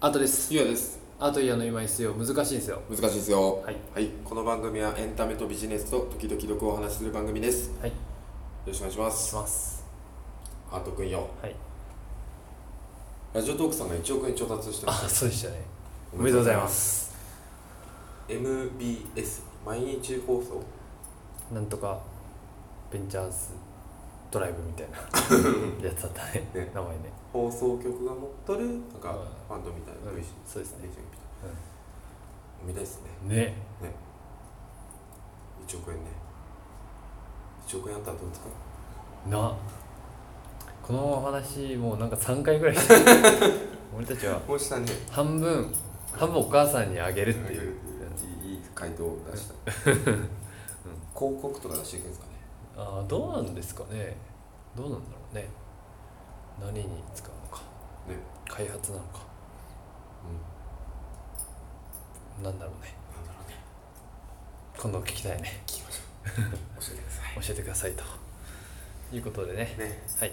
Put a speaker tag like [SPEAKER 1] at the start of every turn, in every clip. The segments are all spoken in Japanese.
[SPEAKER 1] アートです
[SPEAKER 2] ゆうやです
[SPEAKER 1] アートイヤーの今ですよ難しいんですよ
[SPEAKER 2] 難しいですよ
[SPEAKER 1] はい
[SPEAKER 2] はいこの番組はエンタメとビジネスと時々毒をお話しする番組ですよ
[SPEAKER 1] はいし
[SPEAKER 2] ろしくお願いします
[SPEAKER 1] ます
[SPEAKER 2] ハートくんよ
[SPEAKER 1] はい
[SPEAKER 2] ラジオトークさんが1億円調達してま
[SPEAKER 1] あ
[SPEAKER 2] す
[SPEAKER 1] そうでしたねおめでとうございます
[SPEAKER 2] おめでとうございます MBS 毎日放送
[SPEAKER 1] なんとかベンチャーズドライブみ たいなやつだったね
[SPEAKER 2] ね
[SPEAKER 1] 名前ね
[SPEAKER 2] 放送局が持っとるなんか
[SPEAKER 1] うん
[SPEAKER 2] ファンドみたいな
[SPEAKER 1] うん
[SPEAKER 2] VC
[SPEAKER 1] そうですね
[SPEAKER 2] VC みたいな見たいですね
[SPEAKER 1] ね
[SPEAKER 2] 1億円ね1億円あったらどう使う
[SPEAKER 1] なこのお話もうなんか3回ぐらい してる俺たちは
[SPEAKER 2] こうしたね
[SPEAKER 1] 半分半分お母さんにあげるっていう
[SPEAKER 2] いい回答を出した広告とか出していくんですかね
[SPEAKER 1] あーどうなんですかねどうなんだろうね何に使うのか
[SPEAKER 2] ね
[SPEAKER 1] 開発なのか
[SPEAKER 2] うん
[SPEAKER 1] なんだろうね
[SPEAKER 2] なんだろうね
[SPEAKER 1] 今度聞きたい ね
[SPEAKER 2] 聞きましょう教えてくださ
[SPEAKER 1] 教えてくださいということでね
[SPEAKER 2] いね
[SPEAKER 1] はい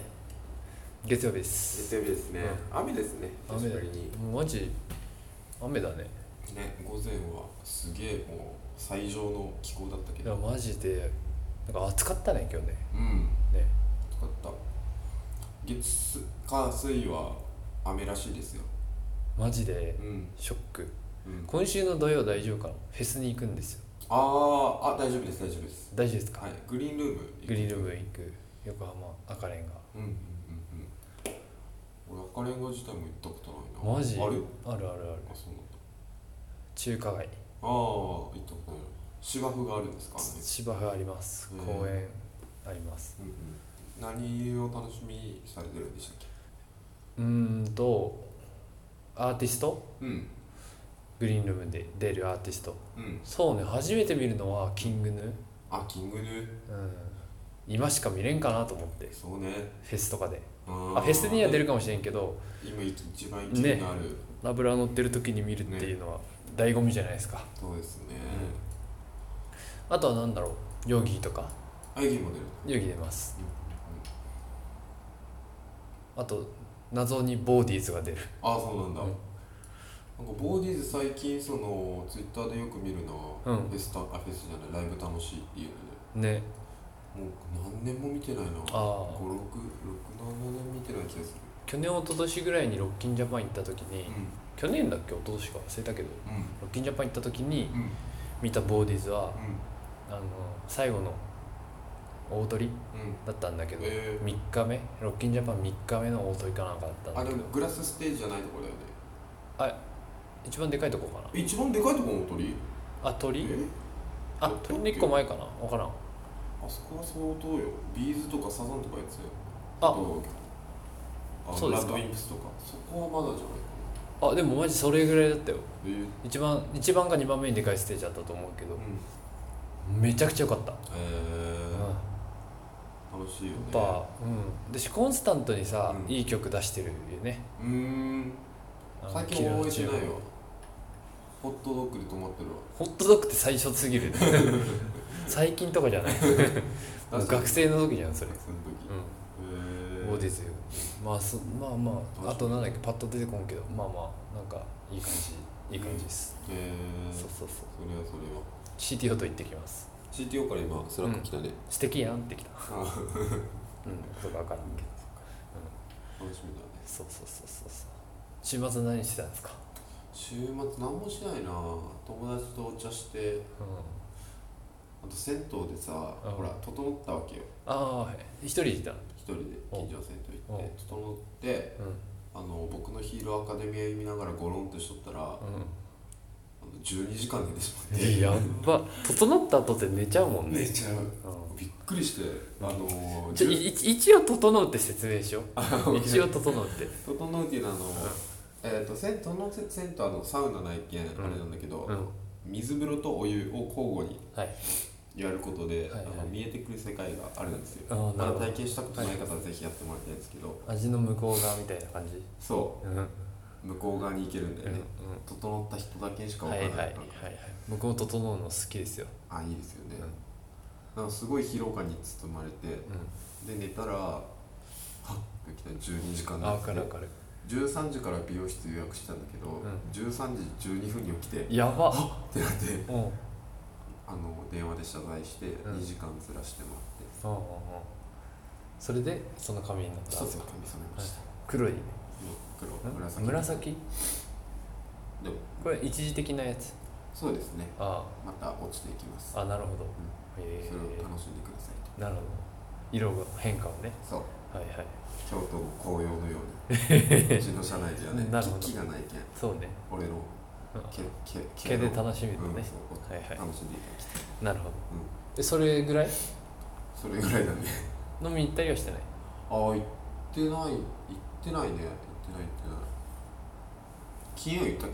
[SPEAKER 1] 月曜日です
[SPEAKER 2] 月曜日ですね、雨ですね
[SPEAKER 1] 雨だ
[SPEAKER 2] 久しぶりに
[SPEAKER 1] もうマジ雨だね
[SPEAKER 2] ね午前はすげえもう最上の気候だったけ
[SPEAKER 1] いや
[SPEAKER 2] ど
[SPEAKER 1] マジでなんか暑かったね今日ね
[SPEAKER 2] うん
[SPEAKER 1] ね
[SPEAKER 2] 暑かった月火水は雨らしいですよ
[SPEAKER 1] マジで
[SPEAKER 2] うん、
[SPEAKER 1] ショック
[SPEAKER 2] うん、
[SPEAKER 1] 今週の土曜大丈夫かなフェスに行くんですよ
[SPEAKER 2] あーあ大丈夫です大丈夫です
[SPEAKER 1] 大丈夫ですか、
[SPEAKER 2] はいグリーンルーム
[SPEAKER 1] グリーンル
[SPEAKER 2] ー
[SPEAKER 1] ーム行く横浜赤レンガ
[SPEAKER 2] ムうんうんうんうん俺赤レンガ自体も行ったことないな
[SPEAKER 1] マジ
[SPEAKER 2] ある
[SPEAKER 1] あるあるある
[SPEAKER 2] あそうなんだ
[SPEAKER 1] 中華街
[SPEAKER 2] ああ行ったことない芝生があるんですかあの辺
[SPEAKER 1] 芝生あります
[SPEAKER 2] うん
[SPEAKER 1] 公園あります
[SPEAKER 2] 何を楽しみにされてるんでしたっ
[SPEAKER 1] うーんとアーティスト
[SPEAKER 2] けうん
[SPEAKER 1] グリーンルームで出るアーティスト
[SPEAKER 2] うん
[SPEAKER 1] そうね初めて見るのはキングヌー、
[SPEAKER 2] あキングヌー
[SPEAKER 1] うん、今しか見れんかなと思って
[SPEAKER 2] そうね
[SPEAKER 1] フェスとかで
[SPEAKER 2] あ
[SPEAKER 1] あフェスには出
[SPEAKER 2] る
[SPEAKER 1] るかもしれんけど
[SPEAKER 2] 今一一番気になる、
[SPEAKER 1] 油乗ってる時に見るっていうのは醍醐味じゃないですか、
[SPEAKER 2] そうですね
[SPEAKER 1] あとは何だろうヨギとか
[SPEAKER 2] アイギーも出る
[SPEAKER 1] ヨギ出ますあと謎にボーディーズが出る
[SPEAKER 2] ああそうなんだ、
[SPEAKER 1] うん
[SPEAKER 2] なんかボーディーズ最近そのツイッターでよく見るな、
[SPEAKER 1] うん
[SPEAKER 2] フェスタあフェスじゃないライブ楽しいっていうの
[SPEAKER 1] ね
[SPEAKER 2] でもう何年も見てないな5667
[SPEAKER 1] ああ
[SPEAKER 2] 年見てない気がする
[SPEAKER 1] 去年一昨年ぐらいにロッキンジャパン行った時に、
[SPEAKER 2] う
[SPEAKER 1] 去年だっけ一昨年か忘れたけど
[SPEAKER 2] んうん
[SPEAKER 1] ロッキンジャパン行った時に
[SPEAKER 2] うん
[SPEAKER 1] 見たボーディーズは
[SPEAKER 2] うん
[SPEAKER 1] あの最後の大鳥
[SPEAKER 2] うん
[SPEAKER 1] だったんだけど、
[SPEAKER 2] えー
[SPEAKER 1] 3日目ロッキンジャパン3日目の大鳥かなんかだったんだ
[SPEAKER 2] あで
[SPEAKER 1] けど
[SPEAKER 2] もグラスステージじゃないところだよね
[SPEAKER 1] 一番でかいとこか
[SPEAKER 2] 一番でかいところの鳥
[SPEAKER 1] なあ鳥
[SPEAKER 2] え
[SPEAKER 1] あ鳥の1個前かな分からん
[SPEAKER 2] あそこは相当よビーズとかサザンとかやつよ
[SPEAKER 1] あ
[SPEAKER 2] とあ
[SPEAKER 1] そうですか
[SPEAKER 2] ラッドウィンプスとかそこはまだじゃないかな
[SPEAKER 1] あでもマジそれぐらいだったよ
[SPEAKER 2] えー、
[SPEAKER 1] 一番一番か2番目にでかいステージだったと思うけ
[SPEAKER 2] う
[SPEAKER 1] ど
[SPEAKER 2] ん
[SPEAKER 1] めちゃくちゃ良かった、うん
[SPEAKER 2] え
[SPEAKER 1] や
[SPEAKER 2] ー、楽しいよね
[SPEAKER 1] っぱうんでしコンスタントにさ、
[SPEAKER 2] うん
[SPEAKER 1] いい曲出してるよね
[SPEAKER 2] うーん
[SPEAKER 1] あの
[SPEAKER 2] 最近応援してない
[SPEAKER 1] キル
[SPEAKER 2] わホットドッグで止まってるわ
[SPEAKER 1] ホットドッグって最初すぎ る最近とかじゃないもう学生の時じゃんそれ、
[SPEAKER 2] その時
[SPEAKER 1] うん
[SPEAKER 2] え
[SPEAKER 1] そうですすよまあそまあまああとなんだっけパッと出てこんけどまあまあなんかいい感じいい感じです、
[SPEAKER 2] えー、
[SPEAKER 1] そ
[SPEAKER 2] そう
[SPEAKER 1] そうそう
[SPEAKER 2] れはそれは
[SPEAKER 1] CTO と行ってきます
[SPEAKER 2] CTO から今スラック来たね、
[SPEAKER 1] 素敵やんってきたうん
[SPEAKER 2] あー
[SPEAKER 1] とか分からんけど
[SPEAKER 2] 楽しみだね
[SPEAKER 1] そうそうそうそうそう週末何してたんですか
[SPEAKER 2] 週末何もしないな友達とお茶して
[SPEAKER 1] うん
[SPEAKER 2] あと銭湯でさ、
[SPEAKER 1] うん
[SPEAKER 2] ほら整ったわけよ
[SPEAKER 1] ああはい一人でいた
[SPEAKER 2] 一人で近所の銭湯行って整って
[SPEAKER 1] うん
[SPEAKER 2] あの僕のヒーローアカデミア見ながらゴロンとしとったらあの12時間寝てしまって
[SPEAKER 1] うんやっば整った後って寝ちゃうもんね
[SPEAKER 2] 寝ちゃう
[SPEAKER 1] うん
[SPEAKER 2] びっくりしてあのー
[SPEAKER 1] ちょ
[SPEAKER 2] 10
[SPEAKER 1] いい一応整うって説明しよう一応整うって
[SPEAKER 2] 整うっていうのはあのえー、と銭湯のせ銭湯はあのサウナないけん、
[SPEAKER 1] ん
[SPEAKER 2] あれなんだけど、
[SPEAKER 1] うん
[SPEAKER 2] 水風呂とお湯を交互に
[SPEAKER 1] はい
[SPEAKER 2] やることで、
[SPEAKER 1] はいはい
[SPEAKER 2] あの見えてくる世界があるんですよ
[SPEAKER 1] あー
[SPEAKER 2] ま
[SPEAKER 1] なるほど
[SPEAKER 2] だ体験したことない方はぜひやってもらいたいんですけど、
[SPEAKER 1] 味の向こう側みたいな感じ
[SPEAKER 2] そ
[SPEAKER 1] うんうん
[SPEAKER 2] う向こう側に行けるんだよ
[SPEAKER 1] う
[SPEAKER 2] ね、
[SPEAKER 1] ん
[SPEAKER 2] 整った人だけしかわ
[SPEAKER 1] は
[SPEAKER 2] か
[SPEAKER 1] いは
[SPEAKER 2] らないい、
[SPEAKER 1] はいはい僕も整うの好きですよ、
[SPEAKER 2] あいいですよね、なんかすごい疲労感に包まれて
[SPEAKER 1] うん、
[SPEAKER 2] で寝たらはっってきた12時間
[SPEAKER 1] あ
[SPEAKER 2] な
[SPEAKER 1] 分かる分かる
[SPEAKER 2] 13時から美容室予約してたんだけど、
[SPEAKER 1] ん
[SPEAKER 2] 13時12分に起きてっ
[SPEAKER 1] やば
[SPEAKER 2] てなって
[SPEAKER 1] うんうんうんうん
[SPEAKER 2] あの電話で謝罪して
[SPEAKER 1] ん
[SPEAKER 2] 2時間ずらしてもらって、
[SPEAKER 1] それでその髪になった
[SPEAKER 2] 一つは髪染めました、
[SPEAKER 1] 黒い
[SPEAKER 2] 黒
[SPEAKER 1] ん
[SPEAKER 2] 紫
[SPEAKER 1] 紫
[SPEAKER 2] でも
[SPEAKER 1] これ一時的なやつ
[SPEAKER 2] そうですね
[SPEAKER 1] あ
[SPEAKER 2] また落ちていきます、
[SPEAKER 1] ああなるほど
[SPEAKER 2] う
[SPEAKER 1] へ
[SPEAKER 2] ん、
[SPEAKER 1] え
[SPEAKER 2] それを楽しんでくださいと
[SPEAKER 1] なるほど色が変化をね
[SPEAKER 2] そう
[SPEAKER 1] はいはい
[SPEAKER 2] 京都の紅葉のよう にうちの社内ではね
[SPEAKER 1] なるほど
[SPEAKER 2] 木がないけん
[SPEAKER 1] そうね
[SPEAKER 2] 俺の
[SPEAKER 1] うん
[SPEAKER 2] 毛毛
[SPEAKER 1] 毛で楽しみ
[SPEAKER 2] み
[SPEAKER 1] だ
[SPEAKER 2] うん
[SPEAKER 1] ね
[SPEAKER 2] そ、う
[SPEAKER 1] はいはい
[SPEAKER 2] 楽しんでいただきたい
[SPEAKER 1] なるほどえそれぐらい
[SPEAKER 2] それぐらいだね
[SPEAKER 1] 飲みに行ったりはしてない
[SPEAKER 2] ああ行ってない行ってないね行ってない行ってない金曜行ったっ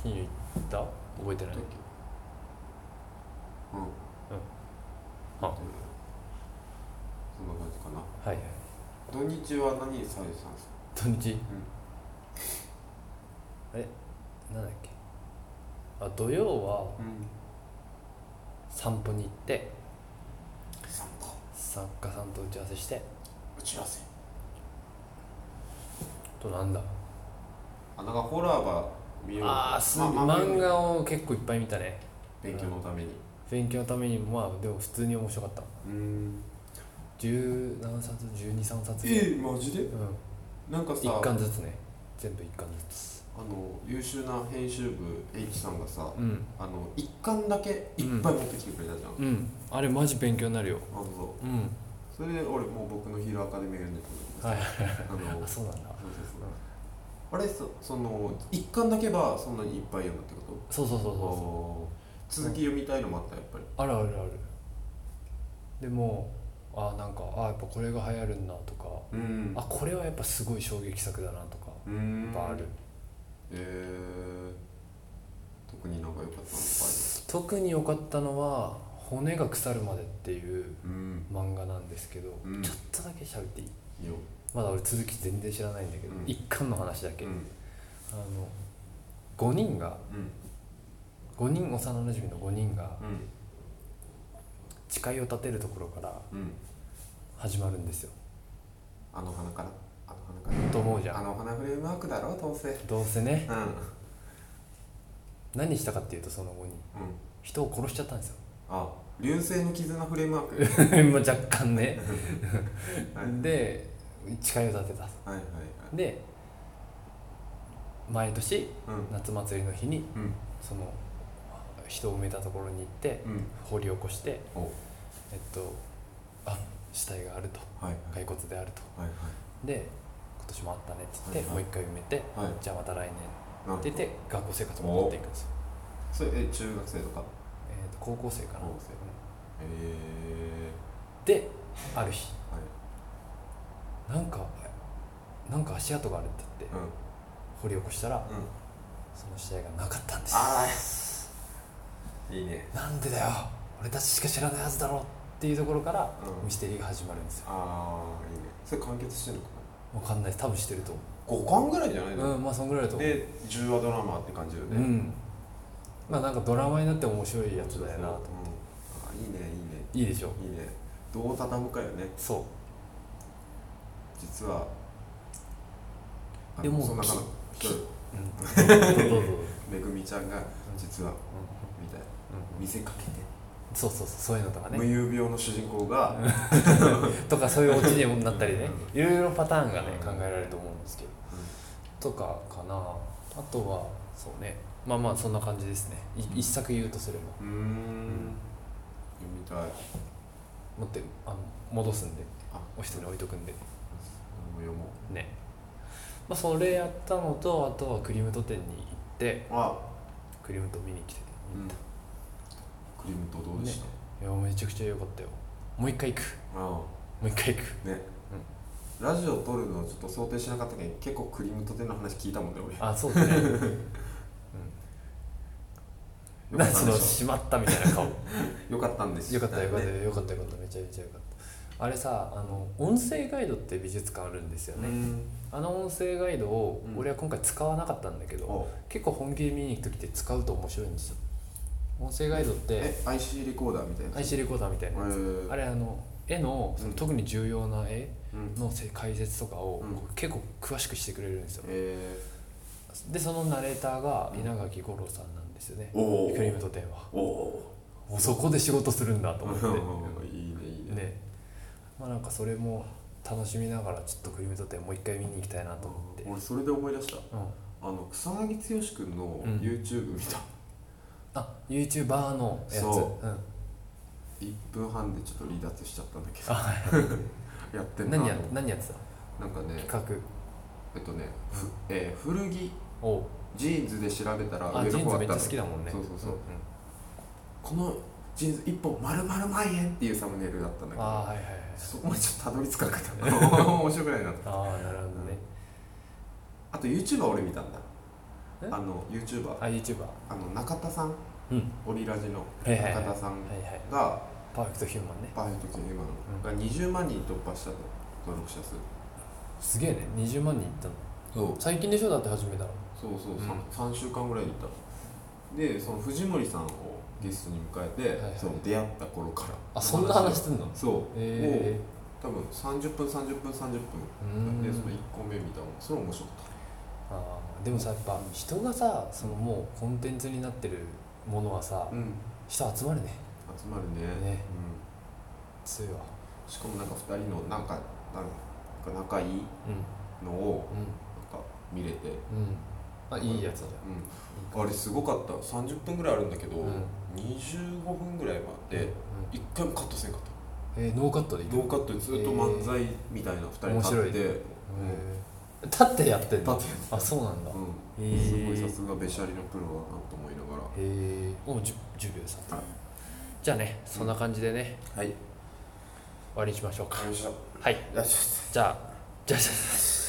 [SPEAKER 2] け飲みに
[SPEAKER 1] うん金曜行った覚えてない
[SPEAKER 2] 行ったっけうん
[SPEAKER 1] あ
[SPEAKER 2] うんそんな感じかな
[SPEAKER 1] はいはい
[SPEAKER 2] 土日は何されてたんですか
[SPEAKER 1] 土日、あれなんだっけあ土曜は
[SPEAKER 2] うん
[SPEAKER 1] 散歩に行って
[SPEAKER 2] 散歩
[SPEAKER 1] 作家さんと打ち合わせして
[SPEAKER 2] 打ち合わせ
[SPEAKER 1] あとなんだ
[SPEAKER 2] あなんかホラーば見よう
[SPEAKER 1] ああすごい
[SPEAKER 2] まあまあ
[SPEAKER 1] 漫画を結構いっぱい見たね
[SPEAKER 2] 勉強のために
[SPEAKER 1] 勉強のためにもまあでも普通に面白かった
[SPEAKER 2] うん
[SPEAKER 1] 十何冊1 2 3冊ぐらい
[SPEAKER 2] えマジで
[SPEAKER 1] うん
[SPEAKER 2] なんかさ
[SPEAKER 1] 一巻ずつね全部一巻ずつ
[SPEAKER 2] あの優秀な編集部 H さんがさ
[SPEAKER 1] うん
[SPEAKER 2] あの一巻だけいっぱい持ってきてくれたじゃん、
[SPEAKER 1] うんあれマジ勉強になるよ
[SPEAKER 2] あのそう
[SPEAKER 1] うん
[SPEAKER 2] それで俺もう僕のヒーローアカデミーやるんだけど
[SPEAKER 1] はい
[SPEAKER 2] あの
[SPEAKER 1] あ
[SPEAKER 2] そ
[SPEAKER 1] そうなんだ
[SPEAKER 2] うそうそうあれそその一巻だけばそんなにいっぱい読むってこと
[SPEAKER 1] そうそうそうそうそう
[SPEAKER 2] 続き読みたいのもあったやっぱり
[SPEAKER 1] あるあるあるでもあーなんかあーやっぱこれが流行るんだとか
[SPEAKER 2] うん
[SPEAKER 1] あこれはやっぱすごい衝撃作だなとか
[SPEAKER 2] う
[SPEAKER 1] や
[SPEAKER 2] ん
[SPEAKER 1] っぱある
[SPEAKER 2] えー、特になんか良かったのいっぱい
[SPEAKER 1] 特に良かったのは「骨が腐るまで」っていう
[SPEAKER 2] うん
[SPEAKER 1] 漫画なんですけど、
[SPEAKER 2] うん
[SPEAKER 1] ちょっとだけ喋っていい
[SPEAKER 2] いいよ
[SPEAKER 1] まだ俺続き全然知らないんだけど、
[SPEAKER 2] うん
[SPEAKER 1] 一巻の話だけ、
[SPEAKER 2] うん
[SPEAKER 1] あの5人が
[SPEAKER 2] うん
[SPEAKER 1] 5人幼なじみの5人が
[SPEAKER 2] うん
[SPEAKER 1] 誓いを立てるところから
[SPEAKER 2] うん
[SPEAKER 1] 始まるんですよ
[SPEAKER 2] あの花からあの花から
[SPEAKER 1] と思うじゃ
[SPEAKER 2] あ
[SPEAKER 1] ん
[SPEAKER 2] の花フレームワークだろどうせうん
[SPEAKER 1] どうせね
[SPEAKER 2] うん
[SPEAKER 1] 何したかっていうとその5人人を殺しちゃったん ですよ
[SPEAKER 2] あ流星の絆フレームワーク
[SPEAKER 1] まあ若干ね
[SPEAKER 2] はい
[SPEAKER 1] で誓いを立てた
[SPEAKER 2] はいはいはい
[SPEAKER 1] で毎年
[SPEAKER 2] うん
[SPEAKER 1] 夏祭りの日に
[SPEAKER 2] うん
[SPEAKER 1] その人を埋めたところに行って
[SPEAKER 2] うん
[SPEAKER 1] 掘り起こして
[SPEAKER 2] お
[SPEAKER 1] えっとあ死体があると
[SPEAKER 2] はいはい
[SPEAKER 1] 骸骨であると
[SPEAKER 2] はい
[SPEAKER 1] で今年もあったねって言って
[SPEAKER 2] は
[SPEAKER 1] もう
[SPEAKER 2] いはい
[SPEAKER 1] 一回埋めて
[SPEAKER 2] はいはい
[SPEAKER 1] じゃあまた来年
[SPEAKER 2] なん
[SPEAKER 1] って言って学校生活戻っていくんですよ、
[SPEAKER 2] それえ中学生とか
[SPEAKER 1] えっと高校生かな
[SPEAKER 2] 高校生へえ
[SPEAKER 1] である日
[SPEAKER 2] はい
[SPEAKER 1] なんかなんか足跡があるって言って
[SPEAKER 2] うん
[SPEAKER 1] 掘り起こしたら
[SPEAKER 2] うん
[SPEAKER 1] その死体がなかったんです
[SPEAKER 2] ああいいね
[SPEAKER 1] なんでだよ俺たちしか知らないはずだろっていうところから
[SPEAKER 2] うん
[SPEAKER 1] ミステリーが始まるんですよ
[SPEAKER 2] ああいいねそれ完結してんのかな
[SPEAKER 1] わかんないです多分してると思
[SPEAKER 2] 5巻ぐらいじゃないうの、
[SPEAKER 1] うんまあそんぐらいだと思う
[SPEAKER 2] で10話ドラマって感じよ
[SPEAKER 1] う
[SPEAKER 2] ね、
[SPEAKER 1] んまあなんかドラマになっても面白いやつだよな
[SPEAKER 2] うんあ
[SPEAKER 1] と
[SPEAKER 2] いいね
[SPEAKER 1] いいでしょ
[SPEAKER 2] いいねいいねどう畳むかよね
[SPEAKER 1] そ
[SPEAKER 2] 実はあの
[SPEAKER 1] でも
[SPEAKER 2] そんなかな
[SPEAKER 1] き
[SPEAKER 2] そう
[SPEAKER 1] う、うん、どうぞどうぞ、
[SPEAKER 2] めぐみちゃんが実はみたいな
[SPEAKER 1] うん
[SPEAKER 2] 見せかけて、
[SPEAKER 1] そうそうそうそういうのとか
[SPEAKER 2] 無
[SPEAKER 1] ね
[SPEAKER 2] 遊病の主人公が、うん
[SPEAKER 1] とかそういうオチにもなったりねいろいろパターンがね
[SPEAKER 2] う
[SPEAKER 1] 考
[SPEAKER 2] ん
[SPEAKER 1] えられると思うんですけどとかかなあとはそうねまあまあそんな感じですねい一作言うとすれば
[SPEAKER 2] うーん読みたい
[SPEAKER 1] 持ってあの戻すんで
[SPEAKER 2] あ
[SPEAKER 1] お人に置いとくんで
[SPEAKER 2] 俺も読もう
[SPEAKER 1] ねまあそれやったのとあとはクリムト店に行って
[SPEAKER 2] あ
[SPEAKER 1] クリムト見に来て
[SPEAKER 2] うんクリームとどうでした、
[SPEAKER 1] いやめちゃくちゃ良かったよもう一回行く
[SPEAKER 2] あ
[SPEAKER 1] もう一回行く
[SPEAKER 2] あね、ラジオ撮るのちょっと想定しなかったけど結構クリームと手の話聞いたもんね俺
[SPEAKER 1] あそうだねうん なんかその
[SPEAKER 2] よかったんでし
[SPEAKER 1] 閉まったみたいな 顔
[SPEAKER 2] ょよかったんです
[SPEAKER 1] よかったよかった
[SPEAKER 2] ね
[SPEAKER 1] よかったよかっためちゃめちゃよかったあれさあの音声ガイドって美術館あるんですよ
[SPEAKER 2] う
[SPEAKER 1] ね、
[SPEAKER 2] ん
[SPEAKER 1] あの音声ガイドを
[SPEAKER 2] うん
[SPEAKER 1] 俺は今回使わなかったんだけど、
[SPEAKER 2] お
[SPEAKER 1] 結構本気で見に行く時って使うと面白いんですよ音声ガイドって
[SPEAKER 2] え IC レコーダーみたいな
[SPEAKER 1] IC レコーダーみたいなやつ、
[SPEAKER 2] えー
[SPEAKER 1] あれあの絵のその
[SPEAKER 2] うん
[SPEAKER 1] 特に重要な絵
[SPEAKER 2] うん
[SPEAKER 1] のせ解説とかを
[SPEAKER 2] うん
[SPEAKER 1] こう結構詳しくしてくれるんですよ、
[SPEAKER 2] え
[SPEAKER 1] でそのナレーターが稲垣吾郎さんなんですよね
[SPEAKER 2] ー、、お
[SPEAKER 1] クリー
[SPEAKER 2] ー
[SPEAKER 1] ムと天は
[SPEAKER 2] おお
[SPEAKER 1] おそこで仕事するんだと思って
[SPEAKER 2] ーいいねいいね
[SPEAKER 1] ねまあなんかそれも楽しみながらちょっとクリームと天もう一回見に行きたいなと思って、
[SPEAKER 2] 俺それで思い出した
[SPEAKER 1] うん、
[SPEAKER 2] あの草薙剛君の
[SPEAKER 1] うん
[SPEAKER 2] YouTube 見た、
[SPEAKER 1] あ YouTuber のやつ
[SPEAKER 2] そ
[SPEAKER 1] うん
[SPEAKER 2] 1分半でちょっと離脱しちゃったんだけ
[SPEAKER 1] あ
[SPEAKER 2] ど
[SPEAKER 1] はい
[SPEAKER 2] やってんな
[SPEAKER 1] 何や何やってた
[SPEAKER 2] なんかね
[SPEAKER 1] 企
[SPEAKER 2] えっとね、ふえー古着
[SPEAKER 1] 画を
[SPEAKER 2] ジーンズで調べたら
[SPEAKER 1] あ
[SPEAKER 2] 上
[SPEAKER 1] ジ
[SPEAKER 2] の
[SPEAKER 1] ーン
[SPEAKER 2] 方
[SPEAKER 1] ズ
[SPEAKER 2] あっ
[SPEAKER 1] め
[SPEAKER 2] た
[SPEAKER 1] っちゃ
[SPEAKER 2] の
[SPEAKER 1] 好きだもんね
[SPEAKER 2] そうそうそうん
[SPEAKER 1] ん
[SPEAKER 2] このジーンズ1本丸々万円っていうサムネイルだったんだけ
[SPEAKER 1] ああ
[SPEAKER 2] ど
[SPEAKER 1] はいはいはい
[SPEAKER 2] そこまでちょっとたどり着かなかった面白くないなと
[SPEAKER 1] ああなるほどね
[SPEAKER 2] あと YouTuber 俺見たんだ
[SPEAKER 1] え
[SPEAKER 2] あの YouTuber
[SPEAKER 1] あ YouTuber
[SPEAKER 2] あの中田さん
[SPEAKER 1] うん
[SPEAKER 2] オリラジの
[SPEAKER 1] はいはいは
[SPEAKER 2] 中
[SPEAKER 1] いは
[SPEAKER 2] 田さん
[SPEAKER 1] いはい
[SPEAKER 2] が
[SPEAKER 1] パーフェクトヒューマンね
[SPEAKER 2] パーフェクトヒューマンが20万人突破したと登録者数
[SPEAKER 1] すげえね20万人いったの
[SPEAKER 2] そう
[SPEAKER 1] 最近でしょだって始めたの
[SPEAKER 2] そうそう、
[SPEAKER 1] うん
[SPEAKER 2] さん、3週間ぐらいいたでその藤森さんをゲストに迎えて、
[SPEAKER 1] はいはい
[SPEAKER 2] その出会った頃から
[SPEAKER 1] あそんな話してんの
[SPEAKER 2] そう、
[SPEAKER 1] え
[SPEAKER 2] もう多分30分30分30
[SPEAKER 1] えう
[SPEAKER 2] 分でその1
[SPEAKER 1] ん
[SPEAKER 2] 個目見たのそれ面白かっ
[SPEAKER 1] あーでもさやっぱ人がさそのもうコンテンツになってるものはさ
[SPEAKER 2] たうん
[SPEAKER 1] 人集まるね
[SPEAKER 2] 集まるね
[SPEAKER 1] ね
[SPEAKER 2] う
[SPEAKER 1] 強いわ
[SPEAKER 2] ん、しかもなんか2人のなんかなんか仲いい
[SPEAKER 1] うん
[SPEAKER 2] のをなんか見れて、
[SPEAKER 1] うんうんあいいやつだ
[SPEAKER 2] うん、あれすごかった30分ぐらいあるんだけど、
[SPEAKER 1] うん
[SPEAKER 2] 25分ぐらいま
[SPEAKER 1] うん
[SPEAKER 2] で1回もカットせんかった
[SPEAKER 1] えーノーカットでいく
[SPEAKER 2] ノーカットでずっと漫才みたいな2人立って、
[SPEAKER 1] へー立ってやってん
[SPEAKER 2] 立っ
[SPEAKER 1] の
[SPEAKER 2] て
[SPEAKER 1] あそうなんだへ
[SPEAKER 2] うん
[SPEAKER 1] え
[SPEAKER 2] すごいさすがべしゃりのプロだなと思いながら
[SPEAKER 1] えもう 10, 10秒です
[SPEAKER 2] はい
[SPEAKER 1] じゃあねそんな感じでね
[SPEAKER 2] はい
[SPEAKER 1] 終わりにしましょうか
[SPEAKER 2] よいしょ
[SPEAKER 1] はい
[SPEAKER 2] よいしょ
[SPEAKER 1] じゃあじゃあじゃあ